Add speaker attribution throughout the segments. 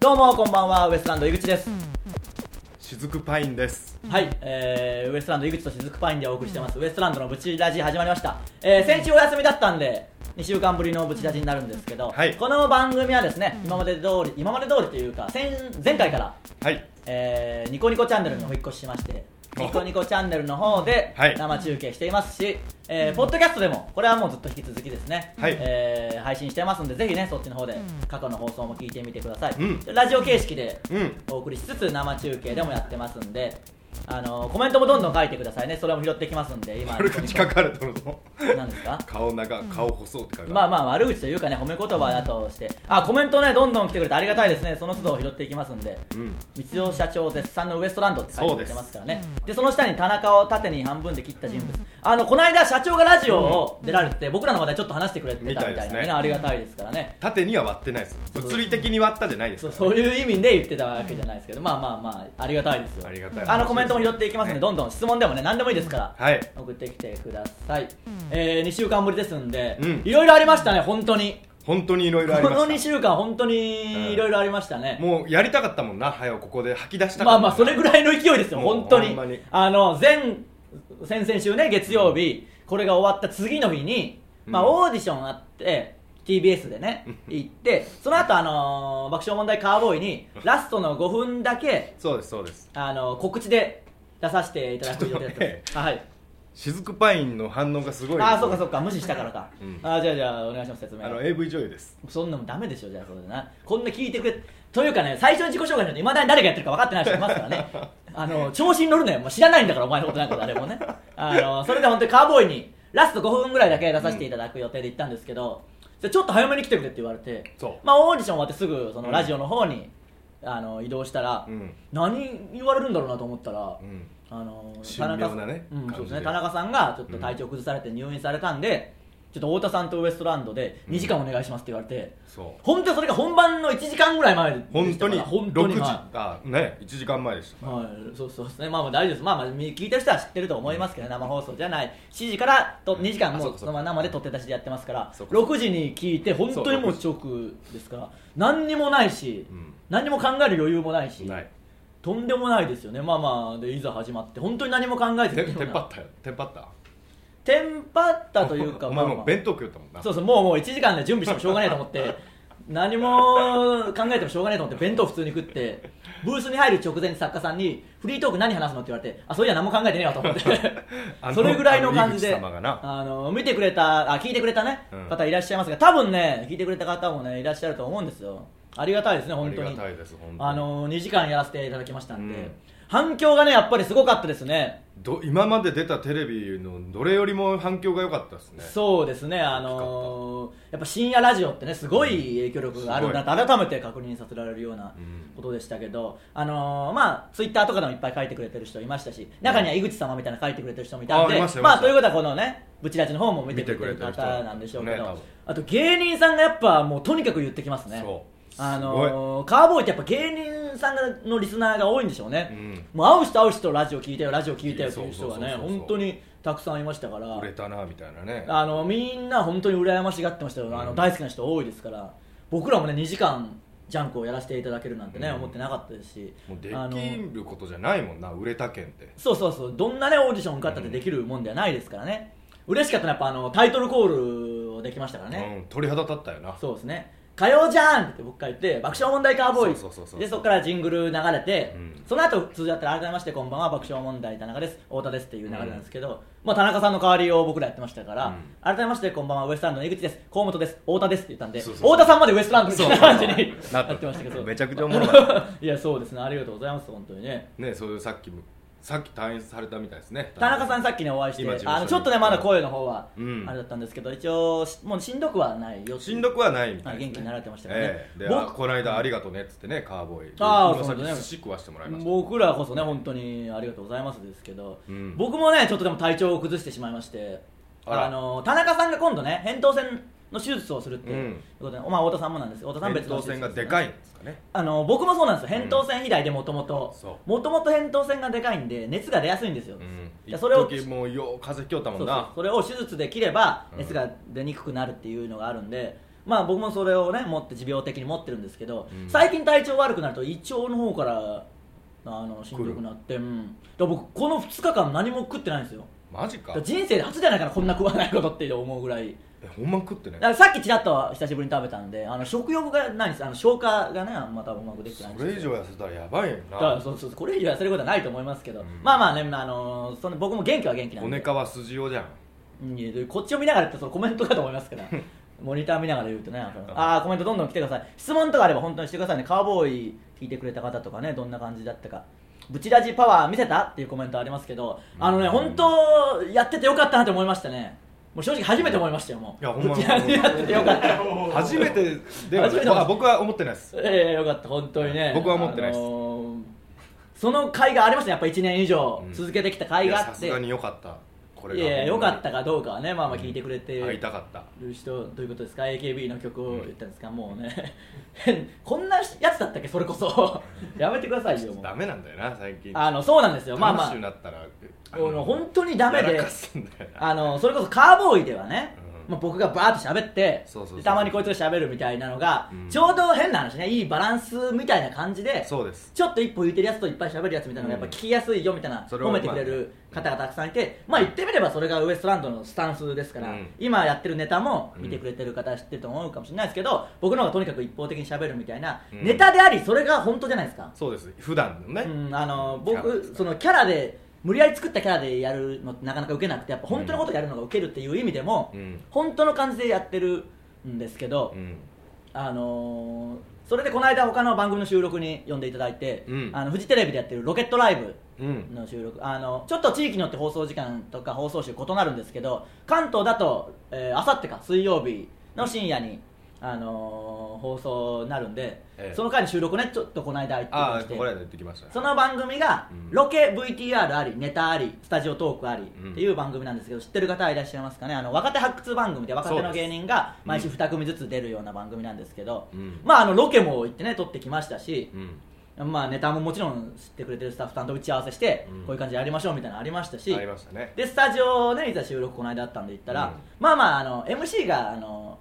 Speaker 1: どうもこんばんはウエストランド井口です、
Speaker 2: 雫パインです
Speaker 1: はい、えー、ウエストランド井口と雫パインでお送りしてます、ウエストランドのブチラジ始まりました、えー、先週お休みだったんで2週間ぶりのブチラジになるんですけど、
Speaker 2: はい
Speaker 1: この番組はですね今まで通り今まで通りというか先前回から、
Speaker 2: はい
Speaker 1: えー、ニコニコチャンネルの方引っ越ししまして
Speaker 2: お
Speaker 1: ニコニコチャンネルの方で
Speaker 2: はい
Speaker 1: 生中継していますし、えーポッドキャストでもこれはもうずっと引き続きですね、
Speaker 2: はい
Speaker 1: えー配信してますんでぜひねそっちの方で過去の放送も聞いてみてください、
Speaker 2: うん
Speaker 1: ラジオ形式で
Speaker 2: うん
Speaker 1: お送りしつつ生中継でもやってますんであのコメントもどんどん書いてくださいねそれも拾ってきますんで今
Speaker 2: 悪口書かれとるぞ
Speaker 1: 何ですか
Speaker 2: 顔長顔細って書かれ
Speaker 1: まあまあ悪口というかね褒め言葉だとしてあコメントねどんどん来てくれてありがたいですねその都度拾っていきますんで
Speaker 2: うん
Speaker 1: 道夫社長絶賛のウエストランドって書いてくれてますからね
Speaker 2: そう
Speaker 1: でその下に田中を縦に半分で切った人物あのこの間社長がラジオを出られて僕らの話題ちょっと話してくれてたみたい
Speaker 2: み
Speaker 1: な
Speaker 2: た
Speaker 1: いんで
Speaker 2: で
Speaker 1: す
Speaker 2: ね
Speaker 1: ねありがたいですからね
Speaker 2: 縦には割ってないです
Speaker 1: そう
Speaker 2: 物理的に割ったじゃないです
Speaker 1: そう
Speaker 2: から
Speaker 1: そういう意味で言ってたわけじゃないですけど、まあまあまあありがたいですよ
Speaker 2: ありがたい
Speaker 1: のコメントも拾っていきますので、どんどん質問でもね何でもいいですから、
Speaker 2: はい
Speaker 1: 送ってきてください、えー、2週間ぶりですんで、
Speaker 2: うん
Speaker 1: いろいろありましたね本当に
Speaker 2: 本当にいろいろあり
Speaker 1: こ
Speaker 2: ま
Speaker 1: の2
Speaker 2: し
Speaker 1: 週間本当にいろいろありましたね
Speaker 2: た、もうやりたかったもんな早くここで吐き出した
Speaker 1: まあまあそれぐ
Speaker 2: い
Speaker 1: らいの勢いですよ
Speaker 2: もう
Speaker 1: 本当に
Speaker 2: ほんまに
Speaker 1: あの前先々週ね月曜日これが終わった次の日に、
Speaker 2: うん
Speaker 1: まあ、オーディションあって TBS でね
Speaker 2: うん
Speaker 1: 行ってその後あのー爆笑問題カーボーイにラストの5分だけ
Speaker 2: そうですそうです
Speaker 1: あの告知で出させていただく予定だったんで
Speaker 2: ち
Speaker 1: す。あはい。
Speaker 2: 雫パインの反応がすごい
Speaker 1: あー、そうかそうか、無視したからか
Speaker 2: うん。
Speaker 1: あー、じゃあじゃあお願いします説明
Speaker 2: あ。の AV 女優です
Speaker 1: そんなもんダメでしょじゃあそれでな。こんな聞いてくれというかね、最初の自己紹介なんて未だに誰がやってるか分かってない人いますからね。 あの調子に乗るのよ。もう知らないんだからお前のことなんか誰もね。あのそれで本当にカーボーイにラスト5分ぐらいだけ出させていただく予定で行ったんですけど、それちょっと早めに来てくれって言われて、
Speaker 2: そう
Speaker 1: まあオーディション終わってすぐそのラジオの方に、あの移動したら、
Speaker 2: うん
Speaker 1: 何言われるんだろうなと思ったら。
Speaker 2: うん
Speaker 1: あのー
Speaker 2: 神妙なね
Speaker 1: 田中さんうん、そうですね
Speaker 2: 感じで
Speaker 1: 田中さんがちょっと体調崩されて入院されたんで、ちょっと太田さんとウエストランドで2時間お願いしますって言われて、
Speaker 2: そう
Speaker 1: 本当にそれが本番の1時間ぐらい前でした
Speaker 2: 本当に
Speaker 1: から本当
Speaker 2: 6
Speaker 1: に
Speaker 2: 時
Speaker 1: は
Speaker 2: あね1時間前でし
Speaker 1: い、
Speaker 2: た
Speaker 1: はい、そうそうですねまあまあ大丈夫ですまあまあ聞いてる人は知ってると思いますけど、ね、生放送じゃない7時からと
Speaker 2: うん
Speaker 1: 2時間も
Speaker 2: あそう
Speaker 1: う
Speaker 2: か
Speaker 1: そ
Speaker 2: そうか
Speaker 1: のまま生で取って出しでやってますから
Speaker 2: そうかそう
Speaker 1: 6時に聞いて本当にもう
Speaker 2: そ
Speaker 1: 直ですから何にもないし、
Speaker 2: うん
Speaker 1: 何にも考える余裕もないし
Speaker 2: ない
Speaker 1: とんでもないですよねまあまあでいざ始まって本当に何も考えず
Speaker 2: て
Speaker 1: に
Speaker 2: テンパったよテンパった
Speaker 1: テンパったというか
Speaker 2: お前
Speaker 1: ま
Speaker 2: も
Speaker 1: あ
Speaker 2: う
Speaker 1: ま
Speaker 2: 弁当食うたもんな
Speaker 1: あ、そうそうもうもう1時間で準備してもしょうがないと思って 何も考えてもしょうがないと思って弁当普通に食ってブースに入る直前に作家さんに「フリートーク何話すの?」って言われて「あそういや何も考えてねえわ」と思って
Speaker 2: あの
Speaker 1: それぐらいの感じで
Speaker 2: あの井口様がな
Speaker 1: あの見てくれたあ聞いてくれた、ね
Speaker 2: うん
Speaker 1: 方いらっしゃいますが多分ね聞いてくれた方もねいらっしゃると思うんですよありがたいですね本当に
Speaker 2: ありがたいです本当に
Speaker 1: あの2時間やらせていただきましたんで、
Speaker 2: うん
Speaker 1: 反響がねやっぱりすごかったですね
Speaker 2: ど今まで出たテレビのどれよりも反響が良かったですね
Speaker 1: そうですね、あのーやっぱ深夜ラジオってね、すごい影響力があるなと、改めて確認させられるような
Speaker 2: うん
Speaker 1: ことでしたけど、あのーまあ、ツイッターとかでもいっぱい書いてくれてる人いましたし、中には井口様みたいな書いてくれてる人もいたん
Speaker 2: あ
Speaker 1: で、
Speaker 2: いましたいま
Speaker 1: まあ、
Speaker 2: した
Speaker 1: ということは、このね、ブチラジの方も見てくれてる
Speaker 2: 見てくれてる
Speaker 1: 方
Speaker 2: 人
Speaker 1: なんでしょうけ
Speaker 2: ね
Speaker 1: ど、
Speaker 2: 多分
Speaker 1: あと芸人さんがやっぱ、もうとにかく言ってきますね。
Speaker 2: そう
Speaker 1: あのーカーボーイってやっぱ芸人さんのリスナーが多いんでしょうね、
Speaker 2: う
Speaker 1: もう会う人会う人ラジオ聞いてよラジオ聞いてよっていう人が
Speaker 2: そう
Speaker 1: ね
Speaker 2: そうそうそう
Speaker 1: 本当にたくさんいましたから
Speaker 2: 売れたなみたいなね
Speaker 1: あのみんな本当に羨ましがってましたよ、あの
Speaker 2: うん
Speaker 1: 大好きな人多いですから僕らもね2時間ジャンクをやらせていただけるなんてね、
Speaker 2: うん
Speaker 1: 思ってなかったですし
Speaker 2: もうで
Speaker 1: あの
Speaker 2: きることじゃないもんな売れた件って
Speaker 1: そうそうそうどんなねオーディション受かったってできるもんではないですからね、嬉しかったのはやっぱあのタイトルコールをできましたからね、
Speaker 2: うん鳥肌立ったよな
Speaker 1: そうですね火曜じゃんって僕が言って爆笑問題カーボーイ
Speaker 2: そうそうそうそう
Speaker 1: でそこからジングル流れて、
Speaker 2: うん
Speaker 1: その後通常だったら改めましてこんばんは爆笑問題田中です太田ですっていう流れなんですけど、まあ、田中さんの代わりを僕らやってましたから、
Speaker 2: うん
Speaker 1: 改めましてこんばんはウエストランドの井口です河本です太田ですって言ったんで
Speaker 2: そうそうそう
Speaker 1: 太田さんまでウエストランドみたいな感じに
Speaker 2: そ
Speaker 1: な
Speaker 2: うな
Speaker 1: っ
Speaker 2: って
Speaker 1: てましたけど
Speaker 2: めちゃくちゃおもろかっ
Speaker 1: いやそうですねありがとうございます本当にね
Speaker 2: ねそういうさっきもさっき退院されたみたいですね
Speaker 1: 田中さんさっきねお会いして
Speaker 2: 今事務所
Speaker 1: あ
Speaker 2: に
Speaker 1: のちょっとねまだ声の方は
Speaker 2: うん
Speaker 1: あれだったんですけど、一応しもうしんどくはないよ
Speaker 2: しんどくはないみたい
Speaker 1: はい
Speaker 2: です、
Speaker 1: 元気になられてましたからね
Speaker 2: ええで
Speaker 1: 僕
Speaker 2: あこの間ありがとうねっつってねカーボーイ
Speaker 1: あー
Speaker 2: 今
Speaker 1: そう
Speaker 2: さ
Speaker 1: だね
Speaker 2: っき寿司食わしてもらいました
Speaker 1: 僕らこそね本当にありがとうございますですけど、
Speaker 2: うん
Speaker 1: 僕もねちょっとでも体調を崩してしまいまして
Speaker 2: あら
Speaker 1: あの田中さんが今度ね扁桃腺の手術をするっていううんことで、まあ、太田さんもなんです太田さん別
Speaker 2: 扁
Speaker 1: の
Speaker 2: 桃
Speaker 1: 手術
Speaker 2: 腺
Speaker 1: すね
Speaker 2: がでかいんですかね
Speaker 1: あの僕もそうなんですよ扁桃腺肥大でもとも
Speaker 2: そ
Speaker 1: と
Speaker 2: う
Speaker 1: もともと扁桃腺がでかいんで熱が出やすいんですよ、
Speaker 2: うん
Speaker 1: いやそれを
Speaker 2: 一時もうよう風邪きよったも
Speaker 1: そ
Speaker 2: ん
Speaker 1: うそう
Speaker 2: な
Speaker 1: それを手術で切れば
Speaker 2: うん
Speaker 1: 熱が出にくくなるっていうのがあるんで、まあ僕もそれをね持って持病的に持ってるんですけど、
Speaker 2: うん
Speaker 1: 最近体調悪くなると胃腸の方からあのしんどくなって、うん、だから僕この2日間何も食ってないんですよ
Speaker 2: マジ
Speaker 1: だ
Speaker 2: か
Speaker 1: から人生で初じゃないからこんな食わないことって思うぐらい
Speaker 2: えほんま食ってね
Speaker 1: だからさっきちらっと久しぶりに食べたんであの食欲がないんですあの消化がねまたうまくできてないんで
Speaker 2: そ
Speaker 1: すけ
Speaker 2: れ
Speaker 1: ど
Speaker 2: 以上痩せたらやばいよ
Speaker 1: だから
Speaker 2: な
Speaker 1: そうそうそうこれ以上やせることはないと思いますけど、
Speaker 2: うん
Speaker 1: まあまあね、まああのーその僕も元気は元気なんで
Speaker 2: 骨皮筋用じゃん
Speaker 1: うんいやこっちを見ながらってそのコメントかと思いますからモニター見ながら言うとねあのあーコメントどんどん来てください質問とかあれば本当にしてくださいねカウボーイ聞いてくれた方とかねどんな感じだったかブチラジパワー見せたっていうコメントありますけどあのね
Speaker 2: うん
Speaker 1: 本当やっててよかったなって思いましたねもう正直初めて思いましたよもう
Speaker 2: いやほんま
Speaker 1: ブチラジやっててよかった
Speaker 2: 初めてで は
Speaker 1: 初めて
Speaker 2: まあ僕は思ってないです
Speaker 1: ええよかった本当にね
Speaker 2: 僕は思ってないです
Speaker 1: あのーその甲斐がありましたねやっぱ1年以上
Speaker 2: うん
Speaker 1: 続けてきた甲斐
Speaker 2: いや
Speaker 1: があっ
Speaker 2: さ
Speaker 1: て、
Speaker 2: すがに良かったこれ
Speaker 1: い
Speaker 2: が
Speaker 1: やいやよかった
Speaker 2: か
Speaker 1: かどうかはねまあまあ聞いてくれて
Speaker 2: 会い
Speaker 1: る
Speaker 2: たかった
Speaker 1: 人どういうことですか AKB の曲を言ったんですか、もうね 変こんなやつだったっけそれこそ やめてくださいよもう
Speaker 2: ダメなんだよな最近
Speaker 1: あのそうなんですよまあま
Speaker 2: 楽しゅう
Speaker 1: あ
Speaker 2: なったらあ
Speaker 1: あの本当にダメで
Speaker 2: やらかすんだよな
Speaker 1: あのそれこそカーボーイではね、
Speaker 2: うん
Speaker 1: まあ、僕がバーッと喋って
Speaker 2: そうそうそう
Speaker 1: でたまにこいつが喋るみたいなのが、
Speaker 2: うん
Speaker 1: ちょうど変な話ねいいバランスみたいな感じで
Speaker 2: そうです
Speaker 1: ちょっと一歩浮いてるやつといっぱい喋るやつみたいなのがやっぱ聞きやすいよみたいな、
Speaker 2: それは
Speaker 1: 褒めてくれる方がたくさんいて、まあ言ってみればそれがウエストランドのスタンスですから、
Speaker 2: うん
Speaker 1: 今やってるネタも見てくれてる方は知ってると思うかもしれないですけど、僕の方がとにかく一方的に喋るみたいな、
Speaker 2: うん
Speaker 1: ネタでありそれが本当じゃないですか。
Speaker 2: そうです普段のね
Speaker 1: うん、あの
Speaker 2: キャラです
Speaker 1: 僕
Speaker 2: ね
Speaker 1: そのキャラで無理やり作ったキャラでやるのってなかなか受けなくてやっぱ本当のことやるのが受けるっていう意味でも、
Speaker 2: うん
Speaker 1: 本当の感じでやってるんですけど、
Speaker 2: うん
Speaker 1: あのーそれでこの間他の番組の収録に呼んでいただいて、
Speaker 2: うん
Speaker 1: あのフジテレビでやってる「ロケットライブ」
Speaker 2: うん
Speaker 1: の収録あのちょっと地域によって放送時間とか放送週異なるんですけど関東だとあさってか水曜日の深夜に、あのー放送になるんで、
Speaker 2: ええ
Speaker 1: その回の収録ねちょっとこの間行ってき
Speaker 2: あ
Speaker 1: ま
Speaker 2: あ
Speaker 1: して
Speaker 2: これで言ってきました
Speaker 1: その番組が
Speaker 2: うん
Speaker 1: ロケ VTR ありネタありスタジオトークあり
Speaker 2: うん
Speaker 1: っていう番組なんですけど知ってる方はいらっしゃいますかねあの若手発掘番組で若手
Speaker 2: そ
Speaker 1: の
Speaker 2: うです
Speaker 1: 芸人が毎週
Speaker 2: うん
Speaker 1: 2組ずつ出るような番組なんですけど、
Speaker 2: うん
Speaker 1: まああのロケも行ってね撮ってきましたし
Speaker 2: う、ん
Speaker 1: まあ、ネタももちろん知ってくれてるスタッフさんと打ち合わせして、
Speaker 2: うん
Speaker 1: こういう感じでやりましょうみたいなのありましたし
Speaker 2: ありましたね
Speaker 1: でスタジオねいざ収録この間あったんで行ったら、
Speaker 2: うん
Speaker 1: まあまああの MC があの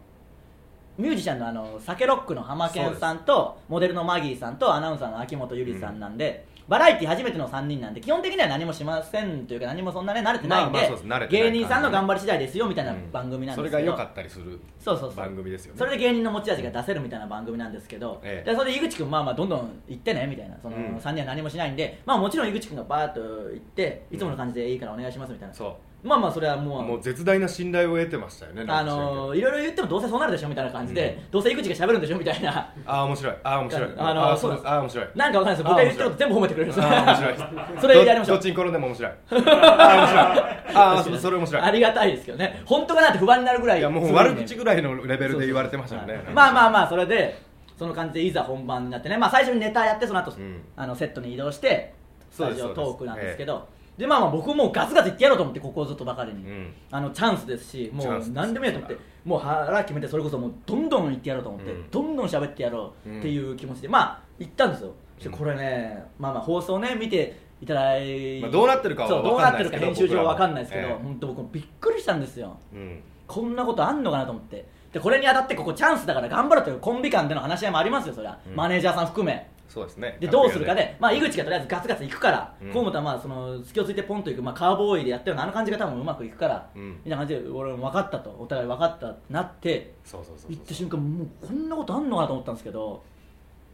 Speaker 1: ミュージシャンのあのサケロックの浜健さんとモデルのマギーさんとアナウンサーの秋元ゆりさんなんで、バラエティ初めての3人なんで基本的には何もしませんというか何もそんなね慣れてないんで,、
Speaker 2: まあまあそうです慣れてない
Speaker 1: 芸人さんの頑張り次第ですよみたいな番組なんですけど、
Speaker 2: うんそれが良かったりする
Speaker 1: そうそうそう
Speaker 2: 番組ですよね
Speaker 1: それで芸人の持ち味が出せるみたいな番組なんですけど、
Speaker 2: ええ
Speaker 1: でそれで井口君まあまあどんどん行ってねみたいなその
Speaker 2: うん
Speaker 1: 3人は何もしないんで、まあもちろん井口君がバーッと行っていつもの感じでいいからお願いしますみたいな、
Speaker 2: そ
Speaker 1: まあまあそれは
Speaker 2: う
Speaker 1: もう
Speaker 2: もう絶大な信頼を得てましたよね
Speaker 1: あのーいろいろ言ってもどうせそうなるでしょみたいな感じで、
Speaker 2: う
Speaker 1: どうせ井口が喋るんでしょみたいな
Speaker 2: ああ面白いああ面白い
Speaker 1: あの
Speaker 2: あーそうですあー面白い
Speaker 1: なんかわかんないです僕が言ってること全部褒めてくれるんですよ
Speaker 2: あー面白 い
Speaker 1: それやりましょう
Speaker 2: どどっちに転んでも面白いあー面白いあーそそれ面
Speaker 1: あ
Speaker 2: 白い
Speaker 1: りがたいですけどね本当かなって不安になるぐらい
Speaker 2: いやも
Speaker 1: す
Speaker 2: う
Speaker 1: ごいね
Speaker 2: 悪口ぐらいのレベルで言われてましたよ
Speaker 1: そう
Speaker 2: ね
Speaker 1: そうそうまあまあまあそれでその感じでいざ本番になってね、まあ、最初にネタやってその後、
Speaker 2: うん
Speaker 1: あのセットに移動してス
Speaker 2: そう
Speaker 1: タ
Speaker 2: です
Speaker 1: ジオトークなんですけどでまあまあ僕もうガツガツいってやろうと思ってここぞとばかりに、
Speaker 2: うん
Speaker 1: あのチャンスですしも
Speaker 2: チャン
Speaker 1: う
Speaker 2: スです
Speaker 1: 何でもいいやと思ってもう腹決めてそれこそもうどんどんいってやろうと思って、
Speaker 2: うん
Speaker 1: どんどん喋ってやろうっていう気持ちで、まあ行ったんですよそして
Speaker 2: うん
Speaker 1: これね、まあまあ放送ね見ていただい
Speaker 2: まあどうなってるかは
Speaker 1: そうどう
Speaker 2: わ
Speaker 1: な
Speaker 2: かん
Speaker 1: っ
Speaker 2: な
Speaker 1: てる
Speaker 2: いです
Speaker 1: か
Speaker 2: けど
Speaker 1: 編集上わかんないですけど、
Speaker 2: 僕らはええ
Speaker 1: 本当僕もびっくりしたんですよ
Speaker 2: うん
Speaker 1: こんなことあんのかなと思ってでこれに当たってここチャンスだから頑張ろうというコンビ間での話し合いもありますよそりゃ、
Speaker 2: うん
Speaker 1: マネージャーさん含め
Speaker 2: そうですね
Speaker 1: でどうするかで、まあ、井口がとりあえずガツガツいくから、
Speaker 2: うん
Speaker 1: 河本はまあその隙をついてポンといく、まあ、カーボーイでやったようなあの感じが多分うまくいくから、
Speaker 2: うん
Speaker 1: みたいな感じで俺も分かったとお互い分かったってなって
Speaker 2: そうそうそうそう
Speaker 1: 行った瞬間もうこんなことあんのかなと思ったんですけど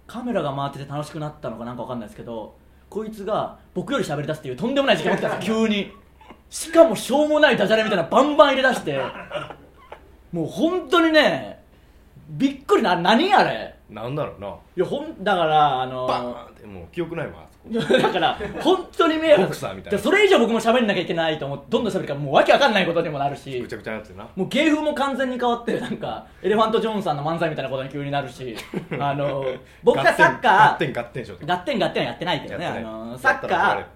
Speaker 1: カメラが回ってて楽しくなったのかなんか分かんないですけどこいつが僕より喋り出すっていうとんでもない事件起きた んですよ急にしかもしょうもないダジャレみたいなのバンバン入れ出してもう本当にねびっくりな何あれ
Speaker 2: なんだろうない
Speaker 1: やほんだからあの
Speaker 2: バーンってもう記憶ないもんあそこ
Speaker 1: だから本当に迷惑
Speaker 2: ボクサーみたいな
Speaker 1: でそれ以上僕も喋んなきゃいけないと思ってどんどん喋るからもうわけわかんないことにもなるし
Speaker 2: ぐちゃぐちゃになってるな
Speaker 1: もう芸風も完全に変わってなんかエレファント・ジョーンさんの漫才みたいなことに急になる しあの僕がサッ
Speaker 2: ガ
Speaker 1: カ
Speaker 2: ッテ
Speaker 1: ー
Speaker 2: ンガッテンガッテンしようって
Speaker 1: ガッテンガッテンはやってないけどね
Speaker 2: やっ
Speaker 1: あ
Speaker 2: てない
Speaker 1: のサ
Speaker 2: や
Speaker 1: ッ
Speaker 2: った
Speaker 1: カ
Speaker 2: ら怒られ
Speaker 1: ー
Speaker 2: る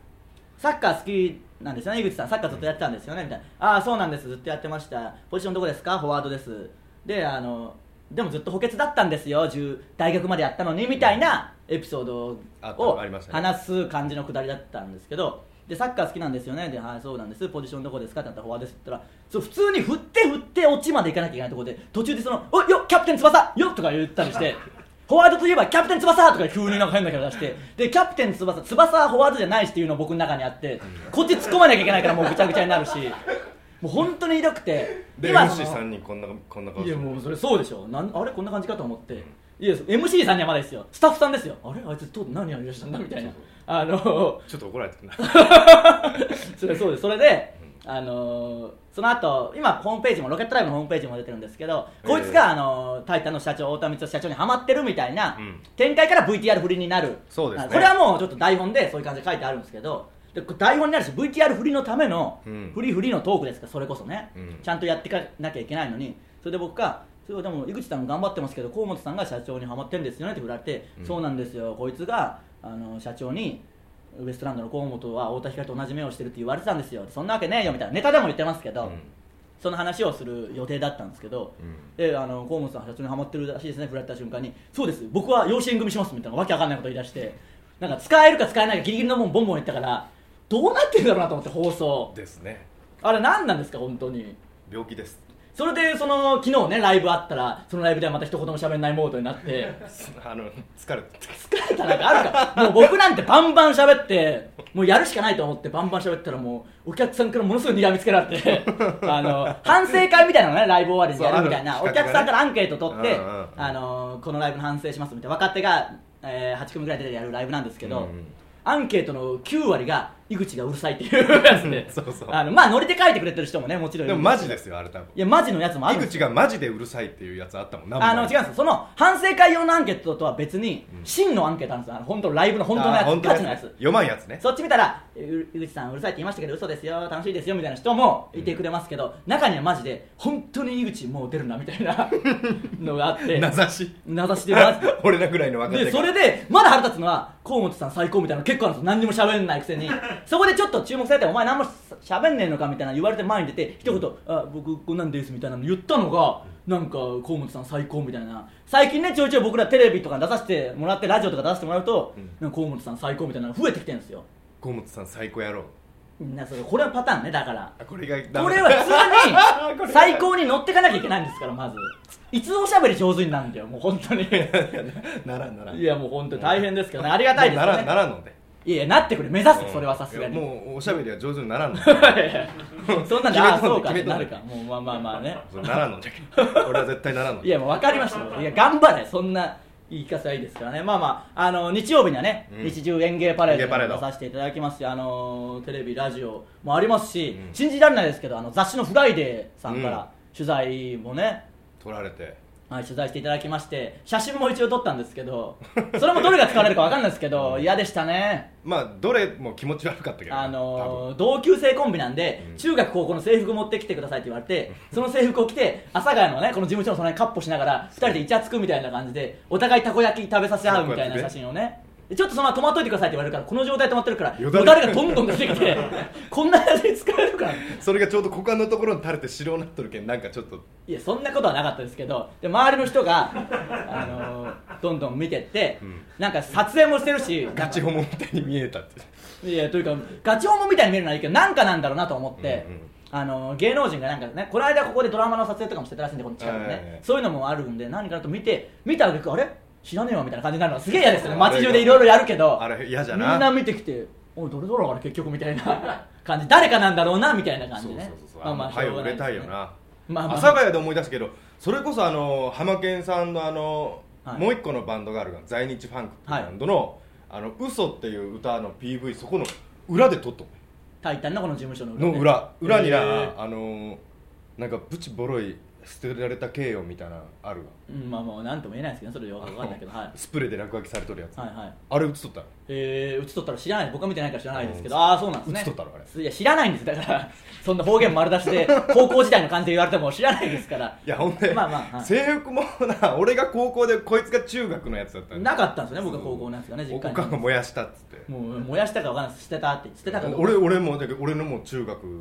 Speaker 1: サッカー好きなんですよね井口さんサッカーずっとやってたんですよねみたいなああそうなんですずっとやってましたポジションどこですかフォワードですであのでもずっと補欠だったんですよ10大学までやったのにみたいなエピソード
Speaker 2: あった
Speaker 1: を
Speaker 2: ありましたね
Speaker 1: 話す感じのくだりだったんですけどでサッカー好きなんですよねで、はい、そうなんですポジションどこですかってなったらフォワードですって言ったらそう普通に振って振って落ちまでいかなきゃいけないところで途中でその「おいよキャプテン翼よ」とか言ったりして。 フォワードといえばキャプテン翼とか急になんか変なキャラ出してでキャプテン翼翼はフォワードじゃないしっていうの僕の中にあってこっち突っ込まなきゃいけないからもうぐちゃぐちゃになるしもう本当にひどくて
Speaker 2: で
Speaker 1: 今
Speaker 2: MC さんにこんなこんな顔
Speaker 1: い
Speaker 2: し
Speaker 1: や
Speaker 2: て
Speaker 1: もうそれそうでしょなんあれこんな感じかと思っていや MC さんにはまだですよスタッフさんですよあれあいつどう何やりだしたんだみたいな
Speaker 2: そうそう
Speaker 1: あの
Speaker 2: ちょっと怒られてるな
Speaker 1: それそうですそれで、あのーその後今ホームページもロケットライブのホームページも出てるんですけど、
Speaker 2: ええ
Speaker 1: こいつが、あのータイタンの社長太田光代社長にハマってるみたいな、
Speaker 2: うん
Speaker 1: 展開から VTR 振りになる
Speaker 2: そうですね
Speaker 1: あこれはもうちょっと台本でそういう感じで書いてあるんですけどでこれ台本になるし VTR 振りのための、
Speaker 2: うん
Speaker 1: 振り振りのトークですからそれこそね、
Speaker 2: うん
Speaker 1: ちゃんとやっていかなきゃいけないのにそれで僕がそれでも井口さん頑張ってますけど河本さんが社長にハマってるんですよねって振られて、
Speaker 2: うん
Speaker 1: そうなんですよこいつがあの社長にウエストランドの河本は太田光と同じ目をしてるって言われてたんですよそんなわけねえよみたいなネタでも言ってますけど、
Speaker 2: うん
Speaker 1: その話をする予定だったんですけど、
Speaker 2: うん
Speaker 1: であの河本さん社長にハマってるらしいですね振られた瞬間にそうです僕は養子縁組しますみたいなわけわかんないこと言い出してなんか使えるか使えないかギリギリのもんボンボン言ったからどうなってんだろうなと思って放送
Speaker 2: ですね
Speaker 1: あれ何なんですか本当に
Speaker 2: 病 気です
Speaker 1: それでその昨日ねライブあったらそのライブではまた一言も喋んないモードになって
Speaker 2: あの疲れてて
Speaker 1: 疲れたなんかあるからもう僕なんてバンバン喋ってもうやるしかないと思ってバンバン喋ったらもうお客さんからものすごい睨みつけられてあの反省会みたいなのねライブ終わりにやるみたいな
Speaker 2: そうあ
Speaker 1: お
Speaker 2: る企画
Speaker 1: 客さ
Speaker 2: がね
Speaker 1: んからアンケート取って、
Speaker 2: うんうんうん
Speaker 1: あのこのライブの反省しますみたいな若手が、え8組ぐらい出てやるライブなんですけど、
Speaker 2: うんうん
Speaker 1: アンケートの9割が井口がうるさいっていうやつで
Speaker 2: そうそう
Speaker 1: あのまあノリで書いてくれてる人もねもちろんい
Speaker 2: で
Speaker 1: る
Speaker 2: も
Speaker 1: んで
Speaker 2: マ
Speaker 1: す
Speaker 2: ジ
Speaker 1: けど
Speaker 2: ですよあれ多分
Speaker 1: いやマジのやつもある
Speaker 2: 井
Speaker 1: んですよ
Speaker 2: 口がマジでうるさいっていうやつあったもん
Speaker 1: あの違うんで
Speaker 2: う
Speaker 1: すよその反省会用のアンケートとは別に、
Speaker 2: うん
Speaker 1: 真のアンケートなんですよあの本当のライブの本当のやつガチのやつ
Speaker 2: 読まんやつね
Speaker 1: そっち見たら「う井口さんうるさいって言いましたけど嘘ですよ楽しいですよ」みたいな人もいてくれますけど、中にはマジで「本当に井口もう出るな」みたいなのがあ って
Speaker 2: 名指し
Speaker 1: 名指しでます
Speaker 2: 俺らぐらいの若手
Speaker 1: で
Speaker 2: が
Speaker 1: それでまだ腹立つのは河本さん最高みたいなの結構あるんですよ何にも喋んないくせ にそこでちょっと注目されてお前何も喋んねえのかみたいなの言われて前に出て一言「あ僕こんなんです」みたいなの言ったのがなんか河本さん最高みたいな最近ねちょいちょい僕らテレビとか出させてもらってラジオとか出させてもらうと、
Speaker 2: うん
Speaker 1: なんか河本さん最高みたいなの増えてきてるんですよ
Speaker 2: 河本さん最高やろう
Speaker 1: なそれこれはパターンねだから
Speaker 2: あこれがダメ
Speaker 1: これは普通に最高に乗ってかなきゃいけないんですからまずいつおしゃべり上手になるんだよもう本当 に
Speaker 2: ならんならん
Speaker 1: いやもう本当に大変ですけどねありがたいですよ
Speaker 2: もう
Speaker 1: ね
Speaker 2: ならんならんので
Speaker 1: いやいやなってくれ目指すそれはさすが
Speaker 2: いや
Speaker 1: に
Speaker 2: もうおしゃべりは上手にならんの
Speaker 1: そんなんでああ
Speaker 2: 決めとんね
Speaker 1: そうかっ
Speaker 2: 決め
Speaker 1: て
Speaker 2: とんね
Speaker 1: なるかもうまあまあまあね
Speaker 2: それならんので 俺は絶対ならんの
Speaker 1: いやもう分かりましたよいや頑張れそんな言い方はいいですからねまあまああの日曜日にはね、
Speaker 2: うん
Speaker 1: 日中演芸パレード
Speaker 2: 演芸パレー
Speaker 1: に
Speaker 2: ド
Speaker 1: 出させていただきますしあのテレビラジオもありますし、
Speaker 2: うん
Speaker 1: 信じられないですけどあの雑誌の「フライデーさんか
Speaker 2: うん
Speaker 1: ら取材もね、
Speaker 2: 取られて
Speaker 1: はい、取材していただきまして写真も一応撮ったんですけどそれもどれが使われるか分かんないですけど嫌でしたね
Speaker 2: まあどれも気持ち悪かったけどね
Speaker 1: あのー同級生コンビなんで、
Speaker 2: うん
Speaker 1: 中学高校の制服持ってきてくださいって言われてその制服を着て阿佐ヶ谷のねこの事務所の隣にカッポしながら2人でイチャつくみたいな感じでお互いたこ焼き食べさせ合うみたいな写真をねでちょっとそのまま止まっといてくださいって言われるからこの状態で止まってるから
Speaker 2: よ
Speaker 1: よ
Speaker 2: だ
Speaker 1: だ
Speaker 2: れ
Speaker 1: れがどんどん出てき てこんなやつに使えるから
Speaker 2: 多分それがちょうど股間のところに垂れて白になっとるけんなんかちょっと
Speaker 1: いやそんなことはなかったですけどで周りの人が、あのーどんどん見てって、
Speaker 2: うん
Speaker 1: なんか撮影もしてるし
Speaker 2: ガチホモみたいに見えたって
Speaker 1: いやというかガチホモみたいに見えるのはいいけどなんかなんだろうなと思って、
Speaker 2: うんうん
Speaker 1: あの芸能人がなんかねこの間ここでドラマの撮影とかもしてたらしいんでこの近くでね、
Speaker 2: はいはいはい
Speaker 1: そういうのもあるんで何かなと見て見たあげくあれ知らねえわみたいな感じになるのはすげえ嫌ですよね街中でいろいろやるけど
Speaker 2: あれ嫌じゃ
Speaker 1: みん
Speaker 2: な
Speaker 1: な見てきておいどれどれあれ結局みたいな 感じ誰かなんだろうなみたいな感じ
Speaker 2: そうそう
Speaker 1: ね
Speaker 2: そうそうあの早く売れたいよな
Speaker 1: まあま
Speaker 2: 阿
Speaker 1: あ
Speaker 2: 佐ヶ谷で思い出すけどそれこそあのハマケンさんのあの、
Speaker 1: はい
Speaker 2: もう一個のバンドがあるが在日ファンクっていうバンドの「あの嘘っていう歌の PV そこの裏で撮っとんね
Speaker 1: タイタンのこの事務所の裏
Speaker 2: の
Speaker 1: で
Speaker 2: 裏裏にな、
Speaker 1: へー
Speaker 2: あのなんかブチボロい捨てられた形容みたいなのある
Speaker 1: うんまあまあなんとも言えないですけどそれよくわかんないけどはい
Speaker 2: わスプレーで落書きされとるやつ、
Speaker 1: はいはい
Speaker 2: あれ映っとったの
Speaker 1: えー、映っとったら知らない僕は見てないから知らないですけど、
Speaker 2: うん
Speaker 1: ああそうなんですね
Speaker 2: 映っとったのあれ
Speaker 1: いや知らないんですだからそんな方言丸出しで高校時代の感じで言われても知らないですから
Speaker 2: いやほんで、
Speaker 1: まあまあはい
Speaker 2: 制服もな俺が高校でこいつが中学のやつだったの
Speaker 1: なかったんですよね僕は高校のやつがね
Speaker 2: お
Speaker 1: 実
Speaker 2: お
Speaker 1: 家
Speaker 2: かんが
Speaker 1: に
Speaker 2: 燃やしたっつって
Speaker 1: もう燃やしたかわからないです捨てたって捨てたかどうか
Speaker 2: 俺俺もだけど俺のもう中学の